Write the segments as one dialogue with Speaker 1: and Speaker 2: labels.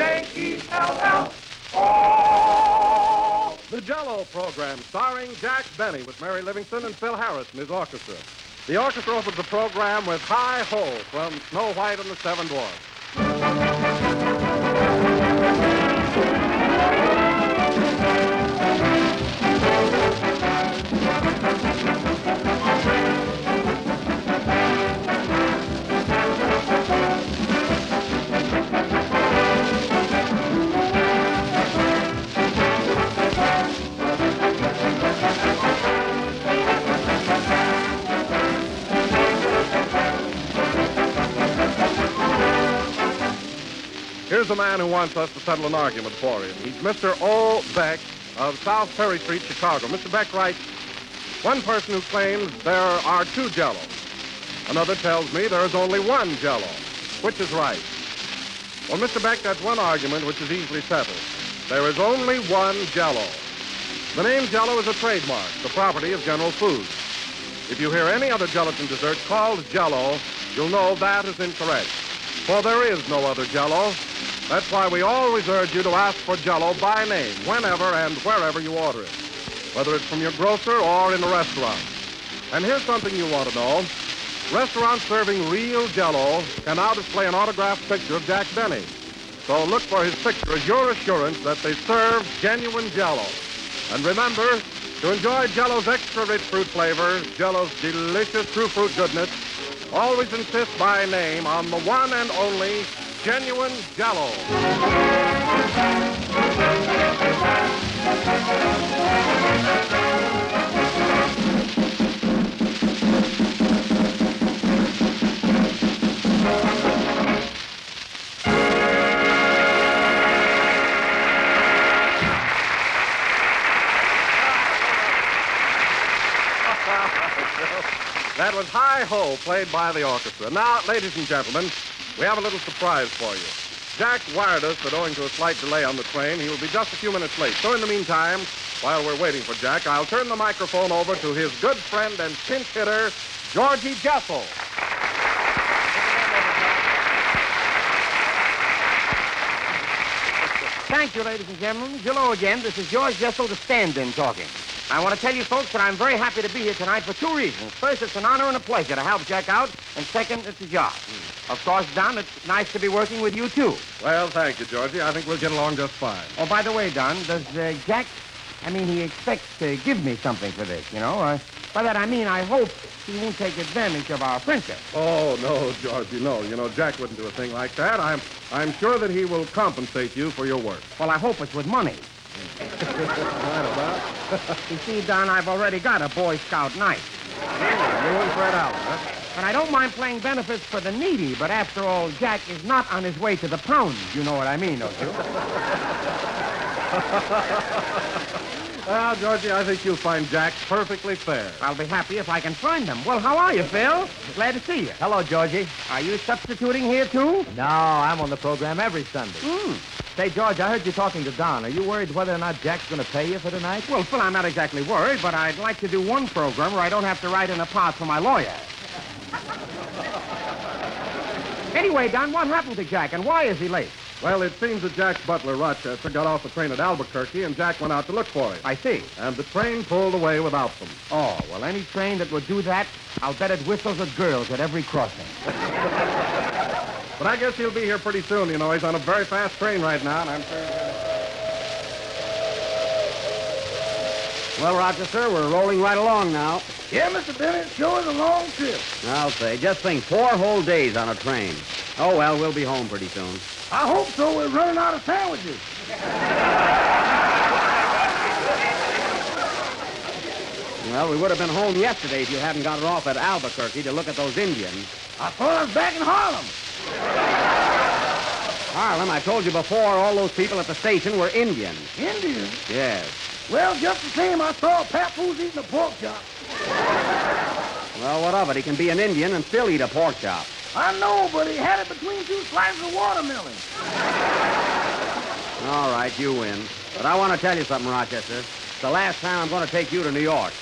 Speaker 1: J-E-L-L. The Jello program, starring Jack Benny with Mary Livingston and Phil Harris and his orchestra. The orchestra opens the program with High Ho from Snow White and the Seven Dwarfs. Here's a man who wants us to settle an argument for him. He's Mr. O. Beck of South Perry Street, Chicago. Mr. Beck writes, one person who claims there are two jellos. Another tells me there is only one jello. Which is right? Well, Mr. Beck, that's one argument which is easily settled. There is only one jello. The name jello is a trademark, the property of General Foods. If you hear any other gelatin dessert called jello, you'll know that is incorrect. For there is no other jello. That's why we always urge you to ask for jello by name whenever and wherever you order it, whether it's from your grocer or in a restaurant. And here's something you want to know. Restaurants serving real jello can now display an autographed picture of Jack Benny. So look for his picture as your assurance that they serve genuine jello. And remember, to enjoy Jello's extra rich fruit flavor, Jello's delicious true fruit goodness, always insist by name on the one and only genuine Jello. That was High Ho, played by the orchestra. Now, ladies and gentlemen, we have a little surprise for you. Jack wired us that owing to a slight delay on the train, he will be just a few minutes late. So, in the meantime, while we're waiting for Jack, I'll turn the microphone over to his good friend and pinch hitter, Georgie Jessel.
Speaker 2: Thank you, ladies and gentlemen. Hello again. This is George Jessel, the stand-in, talking. I want to tell you folks that I'm very happy to be here tonight for two reasons. First, it's an honor and a pleasure to help Jack out, and second, it's a job. Of course, Don, it's nice to be working with you, too.
Speaker 1: Well, thank you, Georgie. I think we'll get along just fine.
Speaker 2: Oh, by the way, Don, does uh, Jack, I mean, he expects to give me something for this, you know? Uh, by that, I mean, I hope he won't take advantage of our friendship.
Speaker 1: Oh, no, Georgie, no. You know, Jack wouldn't do a thing like that. I'm, I'm sure that he will compensate you for your work.
Speaker 2: Well, I hope it's with money. you see, Don, I've already got a Boy Scout knife.
Speaker 1: You and Fred Allen, huh?
Speaker 2: And I don't mind playing benefits for the needy, but after all, Jack is not on his way to the pound. You know what I mean, don't you?
Speaker 1: Well, Georgie, I think you'll find Jack perfectly fair.
Speaker 2: I'll be happy if I can find them. Well, how are you, Phil? Glad to see you.
Speaker 3: Hello, Georgie.
Speaker 2: Are you substituting here, too?
Speaker 3: No, I'm on the program every Sunday.
Speaker 2: Hmm.
Speaker 3: Say, George, I heard you talking to Don. Are you worried whether or not Jack's going to pay you for tonight?
Speaker 2: Well, Phil, I'm not exactly worried, but I'd like to do one program where I don't have to write in a part for my lawyer. anyway, Don, what happened to Jack, and why is he late?
Speaker 1: Well, it seems that Jack's butler, Rochester, got off the train at Albuquerque, and Jack went out to look for him.
Speaker 2: I see.
Speaker 1: And the train pulled away without them.
Speaker 2: Oh, well, any train that would do that, I'll bet it whistles at girls at every crossing.
Speaker 1: But I guess he'll be here pretty soon. You know, he's on a very fast train right now, and I'm sure.
Speaker 3: Well, Rochester, we're rolling right along now.
Speaker 4: Yeah, Mr. Bennett, sure is a long trip.
Speaker 3: I'll say. Just think, four whole days on a train. Oh, well, we'll be home pretty soon.
Speaker 4: I hope so. We're running out of sandwiches.
Speaker 3: Well, we would have been home yesterday if you hadn't gotten off at Albuquerque to look at those Indians.
Speaker 4: I thought I was back in Harlem.
Speaker 3: Harlem, I told you before, all those people at the station were Indians.
Speaker 4: Indians?
Speaker 3: Yes.
Speaker 4: Well, just the same, I saw a papoose eating a pork chop.
Speaker 3: Well, what of it? He can be an Indian and still eat a pork chop.
Speaker 4: I know, but he had it between two slices of watermelon.
Speaker 3: All right, you win. But I want to tell you something, Rochester. It's the last time I'm going to take you to New York.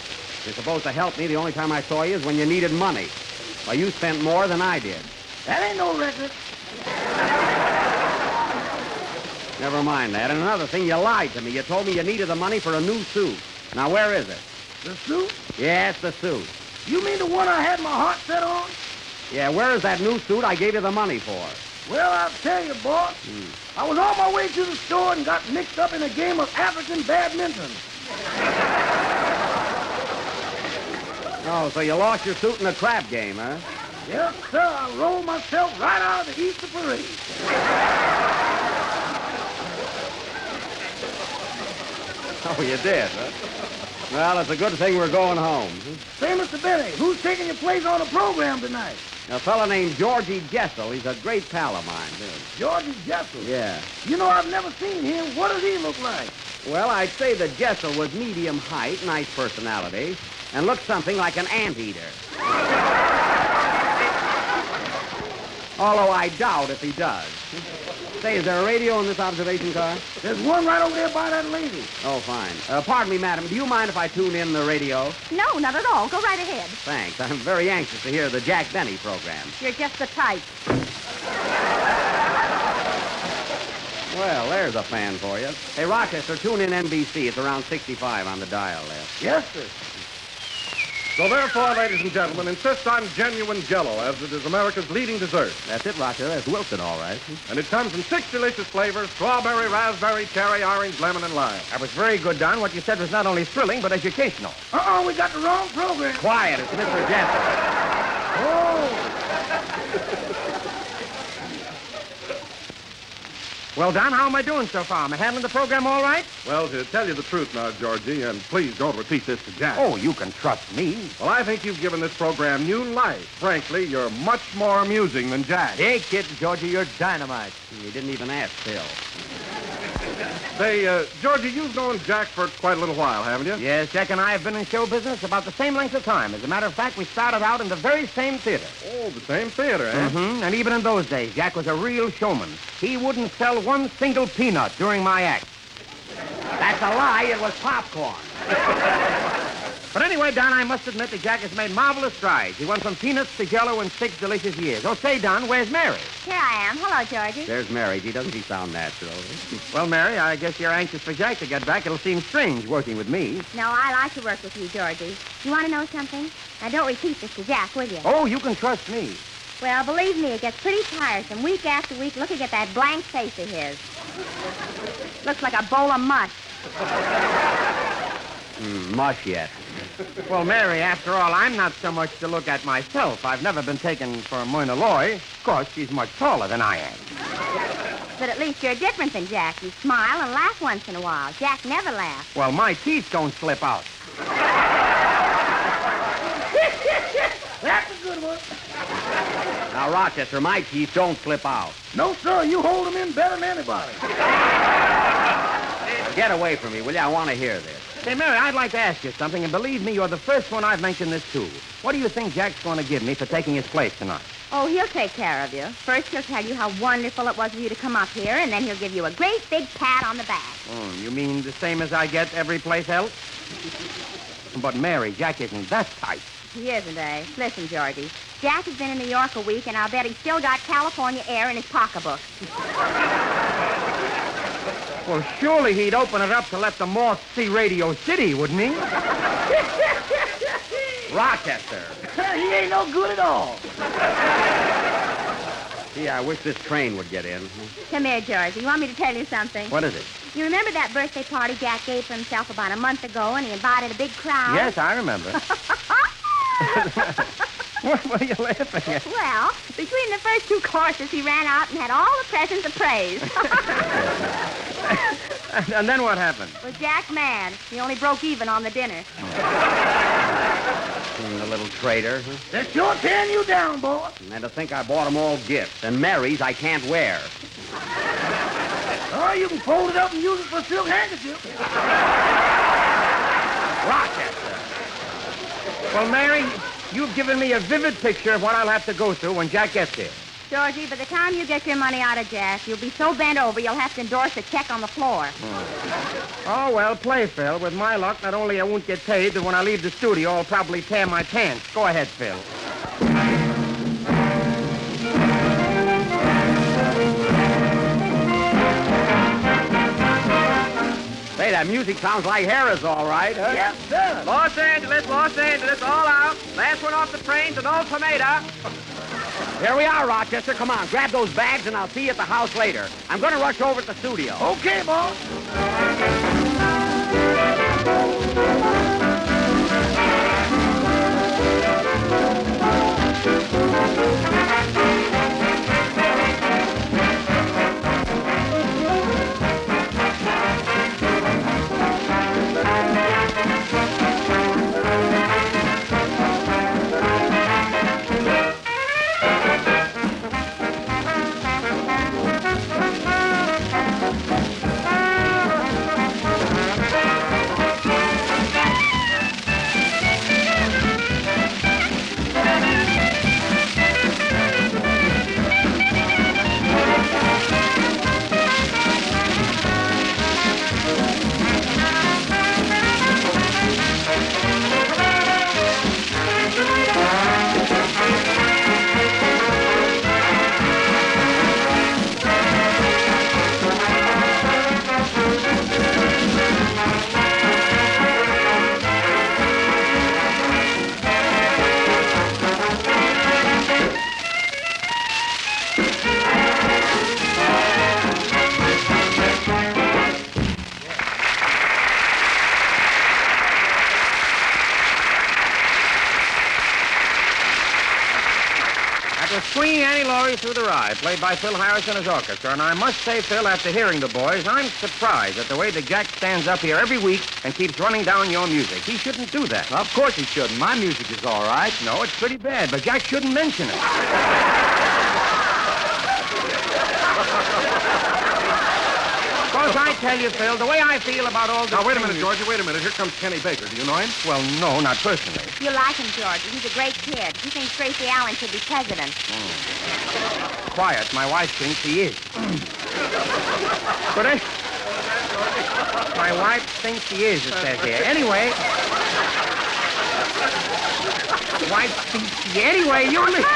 Speaker 3: You're supposed to help me. The only time I saw you is when you needed money. Well, you spent more than I did.
Speaker 4: That ain't no record.
Speaker 3: Never mind that. And another thing, you lied to me. You told me you needed the money for a new suit. Now, where is it?
Speaker 4: The suit?
Speaker 3: Yes, the suit.
Speaker 4: You mean the one I had my heart set on?
Speaker 3: Yeah, where is that new suit I gave you the money for?
Speaker 4: Well, I'll tell you, boy. I was on my way to the store and got mixed up in a game of African badminton.
Speaker 3: Oh, so you lost your suit in the crab game, huh?
Speaker 4: Yes, sir, I rolled myself right out of the Easter parade.
Speaker 3: Oh, you did, huh? Well, it's a good thing we're going home.
Speaker 4: Say, Mr. Benny, who's taking your place on the program tonight?
Speaker 3: A fellow named Georgie Jessel. He's a great pal of mine, too.
Speaker 4: Georgie Jessel.
Speaker 3: Yeah.
Speaker 4: You know, I've never seen him. What does he look like?
Speaker 3: Well, I'd say that Jessel was medium height, nice personality, and looked something like an anteater. Although I doubt if he does. Say, is there a radio in this observation car?
Speaker 4: There's one right over there by that lady.
Speaker 3: Oh, fine. Uh, pardon me, madam. Do you mind if I tune in the radio?
Speaker 5: No, not at all. Go right ahead.
Speaker 3: Thanks. I'm very anxious to hear the Jack Benny program.
Speaker 5: You're just the type.
Speaker 3: Well, there's a fan for you. Hey, Rochester, tune in NBC. It's around 65 on the dial there.
Speaker 4: Yes, sir.
Speaker 1: So therefore, ladies and gentlemen, insist on genuine jello as it is America's leading dessert.
Speaker 3: That's it, Rochester. That's Wilson, all right.
Speaker 1: And it comes in six delicious flavors, strawberry, raspberry, cherry, orange, lemon, and lime.
Speaker 2: That was very good, Don. What you said was not only thrilling, but educational.
Speaker 4: Uh-oh, Uh-uh, we got the wrong program.
Speaker 3: Quiet. It's Mr. Jessel.
Speaker 2: Oh. Well, Don, how am I doing so far? Am I handling the program all right?
Speaker 1: Well, to tell you the truth now, Georgie, and please don't repeat this to Jack.
Speaker 2: Oh, you can trust me.
Speaker 1: Well, I think you've given this program new life. Frankly, you're much more amusing than Jack.
Speaker 2: Hey, kid, Georgie, you're dynamite.
Speaker 3: You didn't even ask Phil.
Speaker 1: Say, uh, Georgie, you've known Jack for quite a little while, haven't you?
Speaker 2: Yes, Jack and I have been in show business about the same length of time. As a matter of fact, we started out in the very same theater.
Speaker 1: Oh, the same theater, eh?
Speaker 2: hmm And even in those days, Jack was a real showman. He wouldn't sell one single peanut during my act.
Speaker 3: That's a lie. It was popcorn.
Speaker 2: But anyway, Don, I must admit that Jack has made marvelous strides. He went from peanuts to jello in six delicious years. Oh, say, Don, where's Mary?
Speaker 5: Here I am. Hello, Georgie.
Speaker 3: There's Mary. Gee, doesn't he sound natural?
Speaker 2: Well, Mary, I guess you're anxious for Jack to get back. It'll seem strange working with me.
Speaker 5: No, I like to work with you, Georgie. You want to know something? Now, don't repeat this to Jack, will you?
Speaker 2: Oh, you can trust me.
Speaker 5: Well, believe me, it gets pretty tiresome week after week looking at that blank face of his. Looks like a bowl of mush.
Speaker 3: Mm, mush yet.
Speaker 2: Well, Mary, after all, I'm not so much to look at myself. I've never been taken for Moyna Loy. Of course, she's much taller than I am.
Speaker 5: But at least you're different than Jack. You smile and laugh once in a while. Jack never laughs.
Speaker 2: Well, my teeth don't slip out.
Speaker 4: That's a good one.
Speaker 3: Now, Rochester, my teeth don't slip out.
Speaker 4: No, sir, you hold him in better than anybody.
Speaker 3: Get away from me, will you? I want to hear this.
Speaker 2: Say, Mary, I'd like to ask you something, and believe me, you're the first one I've mentioned this to. What do you think Jack's going to give me for taking his place tonight?
Speaker 5: Oh, he'll take care of you. First, he'll tell you how wonderful it was of you to come up here, and then he'll give you a great big pat on the back.
Speaker 2: Oh, you mean the same as I get every place else? But, Mary, Jack isn't that tight.
Speaker 5: He isn't, eh? Listen, Georgie. Jack has been in New York a week, and I'll bet he's still got California air in his pocketbook.
Speaker 2: Well, surely he'd open it up to let the Moth see Radio City, wouldn't he?
Speaker 3: Rochester.
Speaker 4: he ain't no good at all.
Speaker 3: Gee, I wish this train would get in.
Speaker 5: Come here, Georgie. You want me to tell you something?
Speaker 3: What is it?
Speaker 5: You remember that birthday party Jack gave for himself about a month ago, and he invited a big crowd?
Speaker 2: Yes, I remember. what were you laughing at?
Speaker 5: Well, between the first two courses, he ran out and had all the presents appraised.
Speaker 2: And- And then what happened?
Speaker 5: well, Jack, man, he only broke even on the dinner.
Speaker 3: Mm, the little traitor.
Speaker 4: They're sure tearing you down, boy.
Speaker 3: And to think I bought them all gifts. And Mary's I can't wear.
Speaker 4: Or Uh, you can fold it up and use it for a silk handkerchief.
Speaker 3: Rochester.
Speaker 2: Well, Mary, you've given me a vivid picture of what I'll have to go through when Jack gets here.
Speaker 5: Georgie, by the time you get your money out of Jack, you'll be so bent over you'll have to endorse a check on the floor.
Speaker 2: Oh, well, play, Phil. With my luck, not only I won't get paid, but when I leave the studio, I'll probably tear my pants. Go ahead, Phil.
Speaker 3: that music sounds like Harris, all right. Huh?
Speaker 4: Yes, sir.
Speaker 2: Los Angeles, Los Angeles, all out. Last one off the train's an ultimatum.
Speaker 3: Here we are, Rochester. Come on, grab those bags, and I'll see you at the house later. I'm going to rush over to the studio.
Speaker 4: Okay, boss.
Speaker 2: That was Queen Annie Laurie Through the Rye, played by Phil Harris and his orchestra. And I must say, Phil, after hearing the boys, I'm surprised at the way that Jack stands up here every week and keeps running down your music. He shouldn't do that. Of course he shouldn't. My music is all right. No, it's pretty bad, but Jack shouldn't mention it. Because I tell you, Phil, the way I feel about all this...
Speaker 1: Now, wait a minute, Georgie. Wait a minute. Here comes Kenny Baker. Do you know him?
Speaker 2: Well, no, not personally.
Speaker 5: You like him, George. He's a great kid. He thinks Gracie Allen should be president.
Speaker 2: quiet. My wife thinks he is. Could I? My wife thinks he is, it says here. Anyway. wife thinks he Anyway, you leave.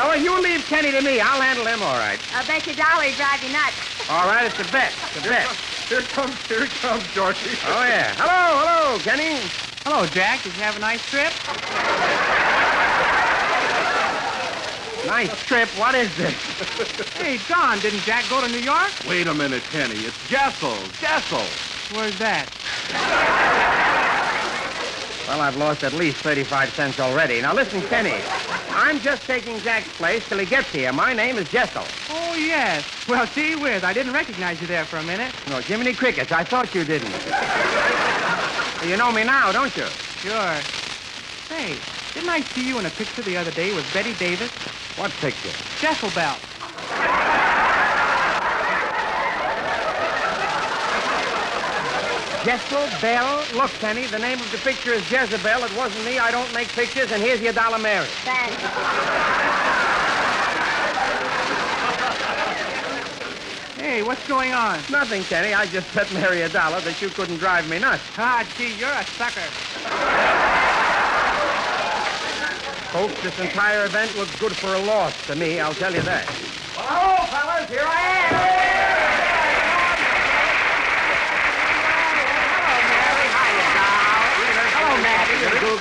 Speaker 2: Now, well, you leave Kenny to me. I'll handle him all right.
Speaker 5: I'll bet your dollar he'd drive you nuts.
Speaker 2: All right, it's a bet. It's a bet.
Speaker 1: Here comes, here comes Georgie.
Speaker 2: Oh, yeah. Hello, hello, Kenny.
Speaker 6: Hello, Jack. Did you have a nice trip?
Speaker 2: Nice trip. What is this?
Speaker 6: Hey, Don, didn't Jack go to New York?
Speaker 1: Wait a minute, Kenny. It's Jessel. Jessel.
Speaker 6: Where's that?
Speaker 2: Well, I've lost at least 35 cents already. Now, listen, Kenny. I'm just taking Jack's place till he gets here. My name is Jessel.
Speaker 6: Oh, yes. Well, gee whiz, I didn't recognize you there for a minute.
Speaker 2: No, Jiminy Crickets, I thought you didn't. you know me now, don't you?
Speaker 6: Sure. Say, didn't I see you in a picture the other day with Betty Davis?
Speaker 2: What picture?
Speaker 6: Jessel Bell.
Speaker 2: Jessel Bell? Look, Penny, the name of the picture is Jezebel. It wasn't me. I don't make pictures, and here's your dollar Mary.
Speaker 5: Thanks.
Speaker 6: Hey, what's going on?
Speaker 2: Nothing, Kenny. I just bet Mary a dollar that you couldn't drive me nuts.
Speaker 6: Ah, gee, you're a sucker.
Speaker 2: Folks, this entire event looks good for a loss to me, I'll tell you that.
Speaker 4: Hello, fellas. Here I am.
Speaker 2: Hello,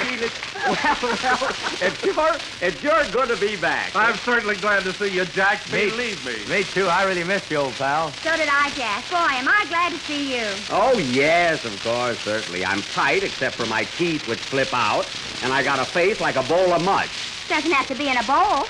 Speaker 3: it's, your, it's your good to be back.
Speaker 1: I'm certainly glad to see you, Jack. Believe me.
Speaker 3: Me too. I really missed you, old pal.
Speaker 5: So did I, Jack. Boy, am I glad to see you.
Speaker 3: Oh, yes, of course, certainly. I'm tight except for my teeth, which flip out, and I got a face like a bowl of mud.
Speaker 5: Doesn't have to be in a bowl.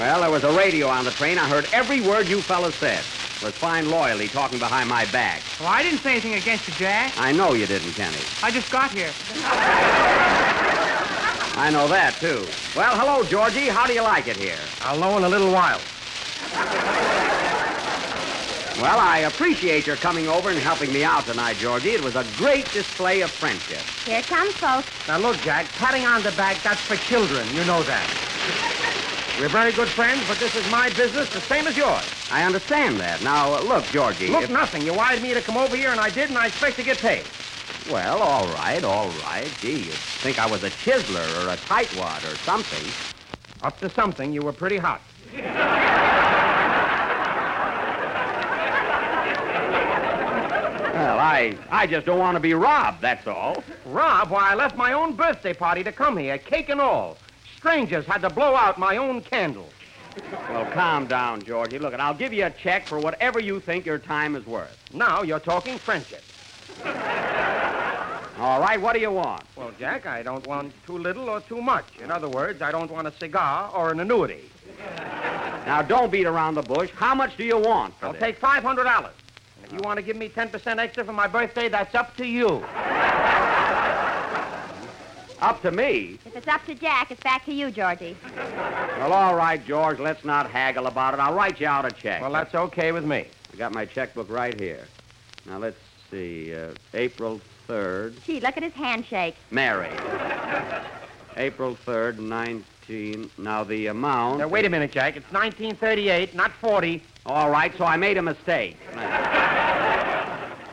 Speaker 3: Well, there was a radio on the train. I heard every word you fellas said. Was fine loyally talking behind my back.
Speaker 6: Well, I didn't say anything against you, Jack.
Speaker 3: I know you didn't, Kenny.
Speaker 6: I just got here.
Speaker 3: I know that, too. Well, hello, Georgie. How do you like it here?
Speaker 2: I'll know in a little while.
Speaker 3: Well, I appreciate your coming over and helping me out tonight, Georgie. It was a great display of friendship.
Speaker 5: Here comes folks.
Speaker 2: Now, look, Jack, patting on the back, that's for children. You know that. We're very good friends, but this is my business the same as yours.
Speaker 3: I understand that. Now, uh, look, Georgie.
Speaker 2: Look,
Speaker 3: if-
Speaker 2: nothing. You wired me to come over here, and I did, and I expect to get paid.
Speaker 3: Well, all right, all right. Gee, you'd think I was a chiseler or a tightwad or something.
Speaker 2: Up to something, you were pretty hot.
Speaker 3: Well, I I just don't want to be robbed, that's all.
Speaker 2: Rob, why, I left my own birthday party to come here, cake and all. Strangers had to blow out my own candle.
Speaker 3: Well, calm down, Georgie. Look, and I'll give you a check for whatever you think your time is worth.
Speaker 2: Now you're talking friendship.
Speaker 3: All right, what do you want?
Speaker 2: Well, Jack, I don't want too little or too much. In other words, I don't want a cigar or an annuity.
Speaker 3: Now, don't beat around the bush. How much do you want for
Speaker 2: I'll
Speaker 3: this?
Speaker 2: take $500. And if you want to give me 10% extra for my birthday, that's up to you.
Speaker 3: Up to me.
Speaker 5: If it's up to Jack, it's back to you, Georgie.
Speaker 3: Well, all right, George, let's not haggle about it. I'll write you out a check.
Speaker 2: Well, that's okay with me.
Speaker 3: I got my checkbook right here. Now, let's see. Uh, April 3rd,
Speaker 5: Gee, look at his handshake.
Speaker 3: Mary. April 3rd, 19. Now, the amount.
Speaker 2: Now, wait a minute, Jack. It's 1938, not 40.
Speaker 3: All right, so I made a mistake.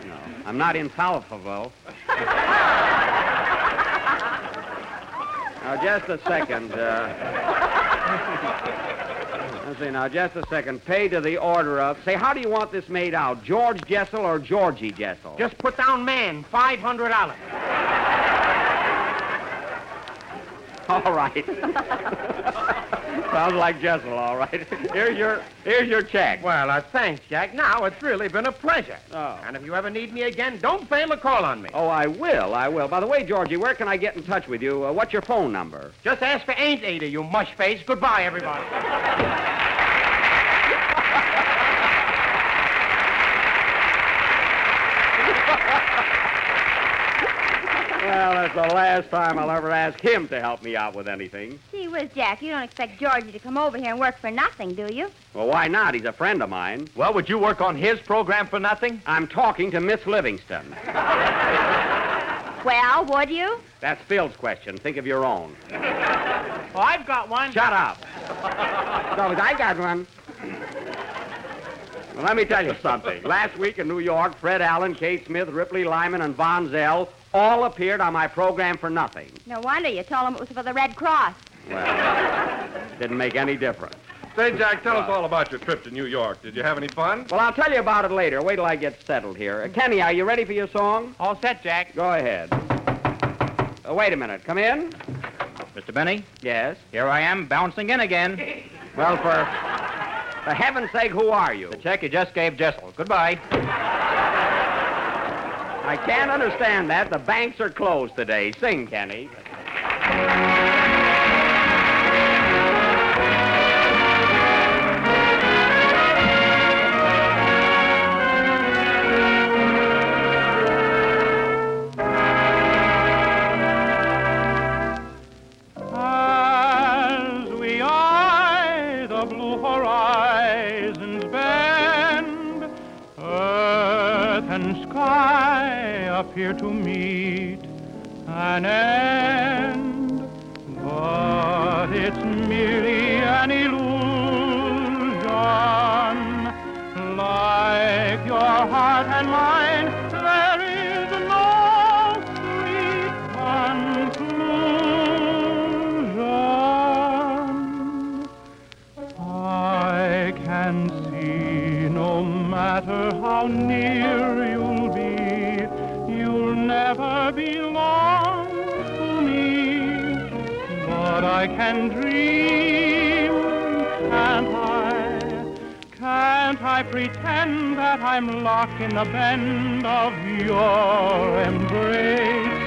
Speaker 3: No, I'm not infallible. now, just a second. Uh... Let's see, now, just a second. Pay to the order of. Say, how do you want this made out? George Jessel or Georgie Jessel?
Speaker 2: Just put down man, $500.
Speaker 3: all right. Sounds like Jessel, all right. Here's your here's your check.
Speaker 2: Well, uh, thanks, Jack. Now, it's really been a pleasure.
Speaker 3: Oh.
Speaker 2: And if you ever need me again, don't fail to call on me.
Speaker 3: Oh, I will, I will. By the way, Georgie, where can I get in touch with you? Uh, what's your phone number?
Speaker 2: Just ask for Ain't Ada, you mush face. Goodbye, everybody.
Speaker 3: Well, that's the last time I'll ever ask him to help me out with anything.
Speaker 5: Gee whiz, Jack, you don't expect Georgie to come over here and work for nothing, do you?
Speaker 3: Well, why not? He's a friend of mine.
Speaker 2: Well, would you work on his program for nothing?
Speaker 3: I'm talking to Miss Livingston.
Speaker 5: Well, would you?
Speaker 3: That's Phil's question. Think of your own.
Speaker 6: Oh, I've got one.
Speaker 3: Shut up. George, I got one. Well, let me tell you something. Last week in New York, Fred Allen, Kate Smith, Ripley Lyman, and Von Zell all appeared on my program for nothing.
Speaker 5: No wonder you told him it was for the Red Cross.
Speaker 3: Didn't make any difference.
Speaker 1: Say, Jack, tell us all about your trip to New York. Did you have any fun?
Speaker 3: Well, I'll tell you about it later. Wait till I get settled here. Uh, Kenny, are you ready for your song?
Speaker 6: All set, Jack.
Speaker 3: Go ahead. Uh, wait a minute. Come in.
Speaker 6: Mr. Benny,
Speaker 3: Yes.
Speaker 6: here I am, bouncing in again.
Speaker 3: Well, for, for heaven's sake, who are you?
Speaker 6: The check you just gave Jessel. Goodbye.
Speaker 3: I can't understand that. The banks are closed today. Sing, Kenny.
Speaker 7: As we eye the blue horizon's bend, earth and sky appear to meet an end. But it's merely an illusion. Like your heart and mine, there is no sweet conclusion. I can see no matter how near you'll be, you'll never belong to me. But I can dream, can't I? Can't I pretend that I'm locked in the bend of your embrace?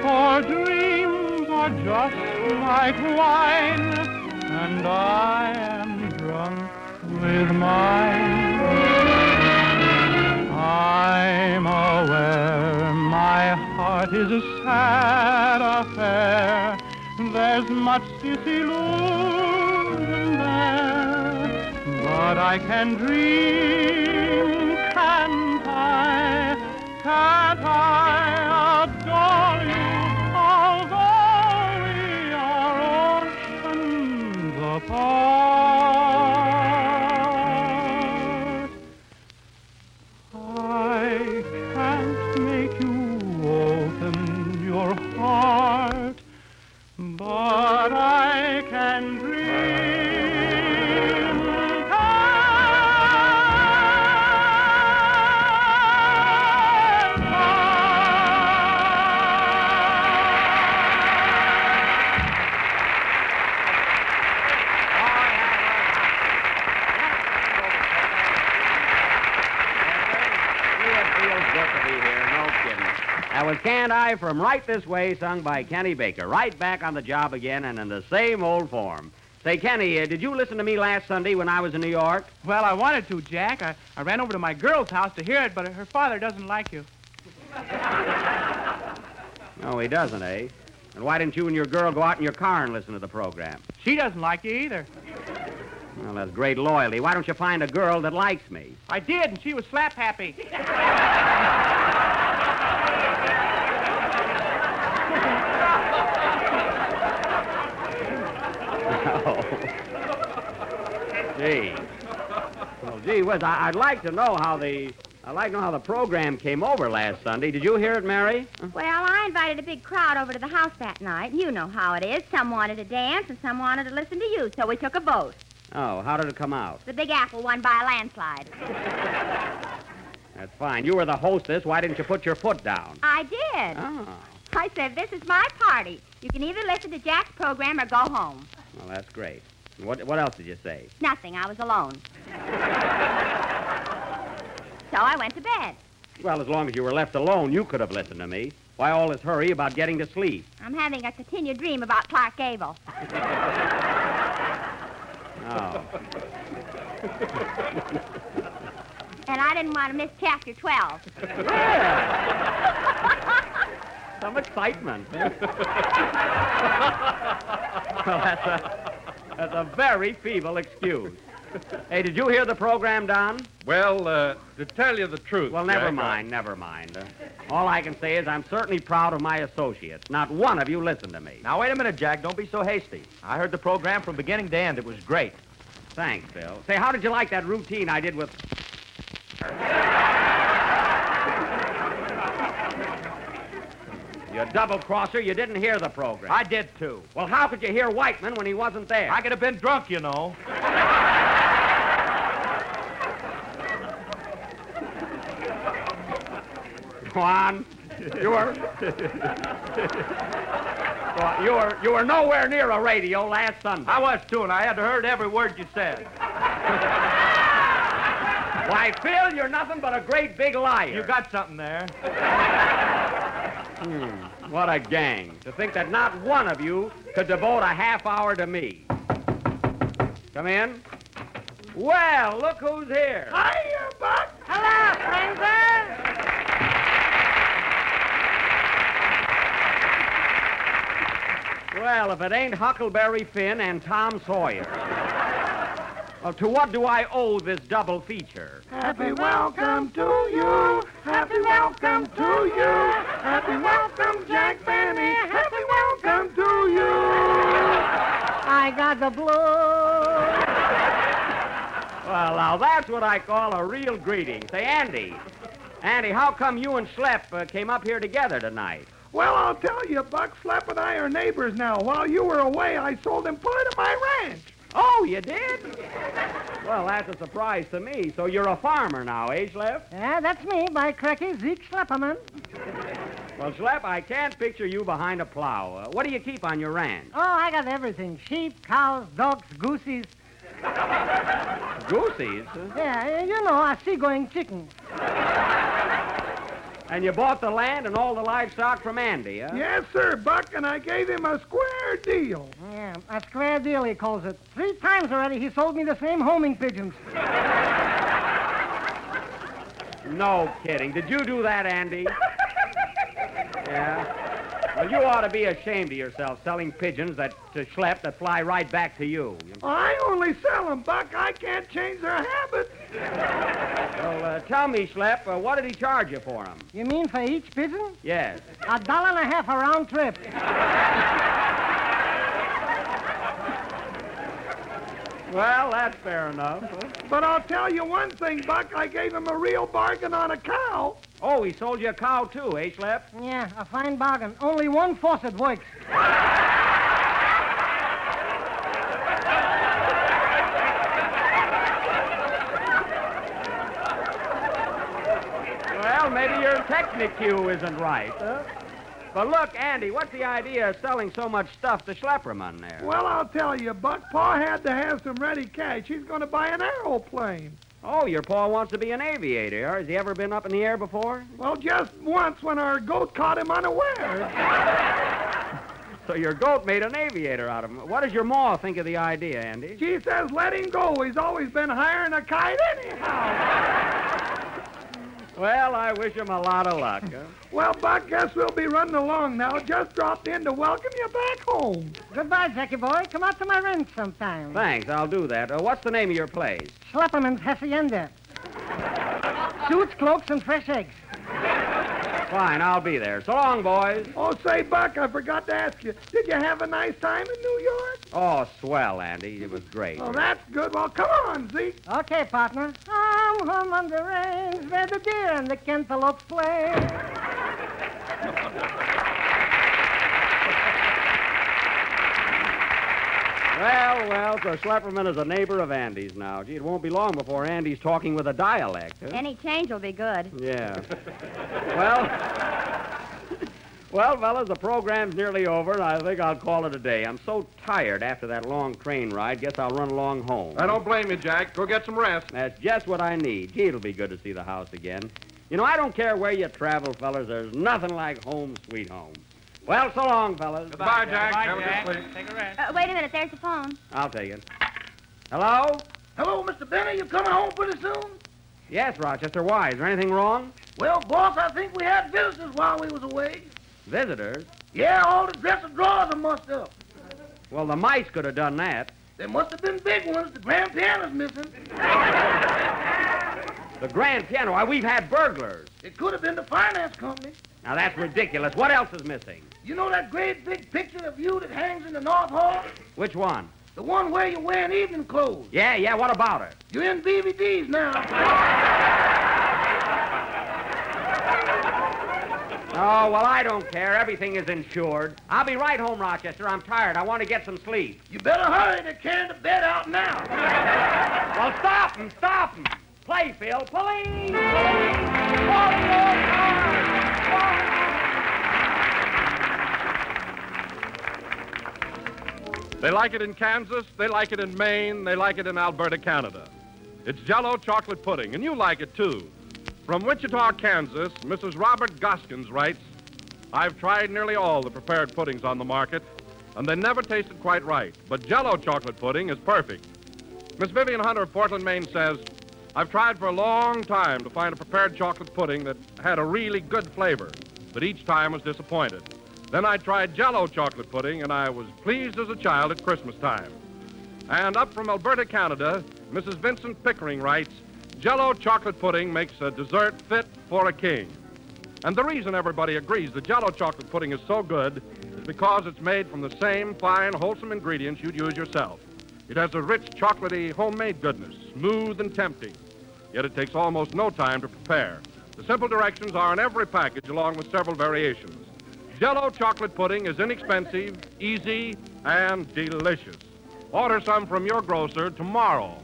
Speaker 7: For dreams are just like wine, and I am drunk with mine. I'm aware my heart is a sad affair. There's much disillusion there, but I can dream, can't I? Can't I adore you, although we are oceans apart? I can't make you open your heart, but I can dream. Can't
Speaker 3: That was Can't I from Right This Way, sung by Kenny Baker. Right back on the job again and in the same old form. Say, Kenny, uh, did you listen to me last Sunday when I was in New York?
Speaker 6: Well, I wanted to, Jack. I, I ran over to my girl's house to hear it, but her father doesn't like you.
Speaker 3: No, he doesn't, eh? And why didn't you and your girl go out in your car and listen to the program?
Speaker 6: She doesn't like you either.
Speaker 3: Well, that's great loyalty. Why don't you find a girl that likes me?
Speaker 6: I did, and she was slap happy.
Speaker 3: Gee. Well, gee whiz, I- I'd like to know how the... I'd like to know how the program came over last Sunday. Did you hear it, Mary?
Speaker 5: Well, I invited a big crowd over to the house that night. You know how it is. Some wanted to dance and some wanted to listen to you, so we took a vote.
Speaker 3: Oh, how did it come out?
Speaker 5: The Big Apple won by a landslide.
Speaker 3: That's fine. You were the hostess. Why didn't you put your foot down?
Speaker 5: I did.
Speaker 3: Oh,
Speaker 5: I said, this is my party. You can either listen to Jack's program or go home.
Speaker 3: well, that's great. What, what else did you say?
Speaker 5: Nothing. I was alone. so I went to bed.
Speaker 3: Well, as long as you were left alone, you could have listened to me. Why all this hurry about getting to sleep?
Speaker 5: I'm having a continued dream about Clark Gable.
Speaker 3: Oh,
Speaker 5: And I didn't want to miss chapter 12.
Speaker 3: some excitement. well, that's a, that's a very feeble excuse. Hey, did you hear the program, Don?
Speaker 1: Well, uh, to tell you the truth.
Speaker 3: Well, never
Speaker 1: Jack, uh, I-
Speaker 3: mind, never mind. Uh, all I can say is I'm certainly proud of my associates. Not one of you listened to me.
Speaker 2: Now, wait a minute, Jack. Don't be so hasty. I heard the program from beginning to end. It was great.
Speaker 3: Thanks, Bill. Say, how did you like that routine I did with. you double crosser, you didn't hear the program.
Speaker 2: I did, too.
Speaker 3: Well, how could you hear Whiteman when he wasn't there?
Speaker 2: I could have been drunk, you know.
Speaker 3: Go on. You were. Go on. You were you were nowhere near a radio last Sunday.
Speaker 2: I was, too, and I had heard every word you said.
Speaker 3: Why, Phil, you're nothing but a great big liar.
Speaker 2: You got something there.
Speaker 3: What a gang. To think that not one of you could devote a half hour to me. Come in. Well, look who's here.
Speaker 4: Hiya, Buck.
Speaker 3: Hello, Cleanser. Well, if it ain't Huckleberry Finn and Tom Sawyer. Well, to what do I owe this double feature?
Speaker 4: Happy welcome to you. Happy welcome to you. Happy welcome, Jack Benny. Happy welcome to you.
Speaker 5: I got the blues.
Speaker 3: Well, now that's what I call a real greeting. Say, Andy. Andy, how come you and Schlepp uh, came up here together tonight?
Speaker 4: Well, I'll tell you, Buck, Slap and I are neighbors now. While you were away, I sold him part of my ranch.
Speaker 3: Oh, you did? Well, that's a surprise to me. So you're a farmer now, eh, Schlepp?
Speaker 8: Yeah, that's me, by cracky, Zeke Schlepperman.
Speaker 3: Well, Schlepp, I can't picture you behind a plow. Uh, what do you keep on your ranch?
Speaker 8: Oh, I got everything. Sheep, cows, dogs, gooses.
Speaker 3: Gooses.
Speaker 8: Yeah, you know, a seagoing chicken.
Speaker 3: And you bought the land and all the livestock from Andy, huh?
Speaker 4: Yes, sir, Buck, and I gave him a square deal.
Speaker 8: Yeah, a square deal, he calls it. Three times already he sold me the same homing pigeons.
Speaker 3: No kidding. Did you do that, Andy? yeah. Well, you ought to be ashamed of yourself selling pigeons that to Schlepp that fly right back to you.
Speaker 4: I only sell 'em, Buck. I can't change their habits.
Speaker 3: Well, uh, tell me, Schlepp, uh, what did he charge you for them?
Speaker 8: You mean for each pigeon?
Speaker 3: Yes.
Speaker 8: A dollar and a half a round trip.
Speaker 3: Well, that's fair enough.
Speaker 4: But I'll tell you one thing, Buck. I gave him a real bargain on a cow.
Speaker 3: Oh, he sold you a cow, too, eh, Schlepp?
Speaker 8: Yeah, a fine bargain. Only one faucet works.
Speaker 3: Well, maybe your Technicue isn't right. But look, Andy, what's the idea of selling so much stuff to Schlepperman there?
Speaker 4: Well, I'll tell you, Buck. Pa had to have some ready cash. He's going to buy an aeroplane.
Speaker 3: Oh, your pa wants to be an aviator. Has he ever been up in the air before?
Speaker 4: Well, just once when our goat caught him unaware.
Speaker 3: So your goat made an aviator out of him. What does your ma think of the idea, Andy?
Speaker 4: She says, let him go. He's always been higher than a kite anyhow.
Speaker 3: Well, I wish him a lot of luck. huh?
Speaker 4: Well, Buck, guess we'll be running along now. Just dropped in to welcome you back home.
Speaker 8: Goodbye, Jackie boy. Come out to my ranch sometime.
Speaker 3: Thanks, I'll do that. Uh, what's the name of your place?
Speaker 8: Schlepperman's Hacienda. Suits, cloaks, and fresh eggs.
Speaker 3: Fine, I'll be there. So long, boys.
Speaker 4: Oh, say, Buck, I forgot to ask you, did you have a nice time in New York?
Speaker 3: Oh, swell, Andy. It was great.
Speaker 4: Oh, that's good. Well, come on, Zeke.
Speaker 8: Okay, partner. I'm home on the range where the deer and the cantaloupe play.
Speaker 3: Well, well, so Schlepperman is a neighbor of Andy's now. Gee, it won't be long before Andy's talking with a dialect. Huh?
Speaker 5: Any change will be good.
Speaker 3: Yeah. well. Well, fellas, the program's nearly over, and I think I'll call it a day. I'm so tired after that long train ride. Guess I'll run along home.
Speaker 1: I don't blame you, Jack. Go get some rest.
Speaker 3: That's just what I need. Gee, it'll be good to see the house again. You know, I don't care where you travel, fellas. There's nothing like home sweet home. Well, so long, fellas.
Speaker 1: Goodbye, Jack.
Speaker 6: Bye,
Speaker 1: Have a good
Speaker 6: Jack.
Speaker 1: sleep.
Speaker 6: Take a rest.
Speaker 5: Uh, wait a minute, there's the phone.
Speaker 3: I'll take it. Hello?
Speaker 4: Hello, Mr. Benny. You coming home pretty soon?
Speaker 3: Yes, Rochester. Why? Is there anything wrong?
Speaker 4: Well, boss, I think we had visitors while we was away.
Speaker 3: Visitors?
Speaker 4: Yeah, all the dresser drawers are mussed up.
Speaker 3: Well, the mice could have done that.
Speaker 4: There must have been big ones. The grand piano's missing.
Speaker 3: The grand piano. Why, we've had burglars.
Speaker 4: It could have been the finance company.
Speaker 3: Now, that's ridiculous. What else is missing?
Speaker 4: You know that great big picture of you that hangs in the North Hall?
Speaker 3: Which one?
Speaker 4: The one where you're wearing evening clothes.
Speaker 3: Yeah, yeah, what about it?
Speaker 4: You're in BVDs now.
Speaker 3: Oh, well, I don't care. Everything is insured. I'll be right home, Rochester. I'm tired. I want to get some sleep.
Speaker 4: You better hurry. They're carrying the bed out now.
Speaker 3: Well, stop 'em, stop 'em. Play, Phil. Police! Police! Police! Police!
Speaker 1: They like it in Kansas, they like it in Maine, they like it in Alberta, Canada. It's Jell-O chocolate pudding, and you like it too. From Wichita, Kansas, Mrs. Robert Goskins writes, I've tried nearly all the prepared puddings on the market, and they never tasted quite right, but Jell-O chocolate pudding is perfect. Miss Vivian Hunter of Portland, Maine says, I've tried for a long time to find a prepared chocolate pudding that had a really good flavor, but each time was disappointed. Then I tried Jell-O chocolate pudding, and I was pleased as a child at Christmas time. And up from Alberta, Canada, Mrs. Vincent Pickering writes, Jell-O chocolate pudding makes a dessert fit for a king. And the reason everybody agrees that Jell-O chocolate pudding is so good is because it's made from the same fine, wholesome ingredients you'd use yourself. It has a rich, chocolatey, homemade goodness, smooth and tempting. Yet it takes almost no time to prepare. The simple directions are in every package, along with several variations. Jell-O chocolate pudding is inexpensive, easy, and delicious. Order some from your grocer tomorrow.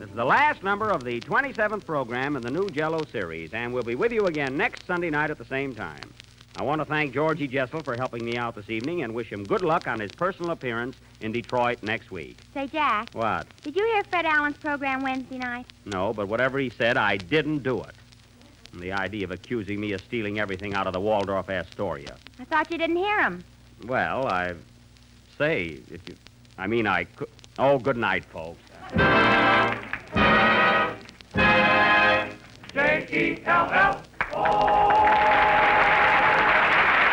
Speaker 3: This is the last number of the 27th program in the new Jello series, and we'll be with you again next Sunday night at the same time. I want to thank Georgie Jessel for helping me out this evening and wish him good luck on his personal appearance in Detroit next week.
Speaker 5: Say, Jack,
Speaker 3: What?
Speaker 5: did you hear Fred Allen's program Wednesday night?
Speaker 3: No, but whatever he said, I didn't do it. And the idea of accusing me of stealing everything out of the Waldorf Astoria.
Speaker 5: I thought you didn't hear him.
Speaker 3: Well, I say, if you, I mean, I could. Oh, good night, folks.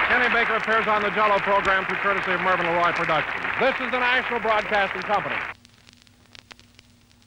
Speaker 1: Kenny Baker appears on the Jell-O program through courtesy of Mervyn LeRoy Productions. This is the National Broadcasting Company.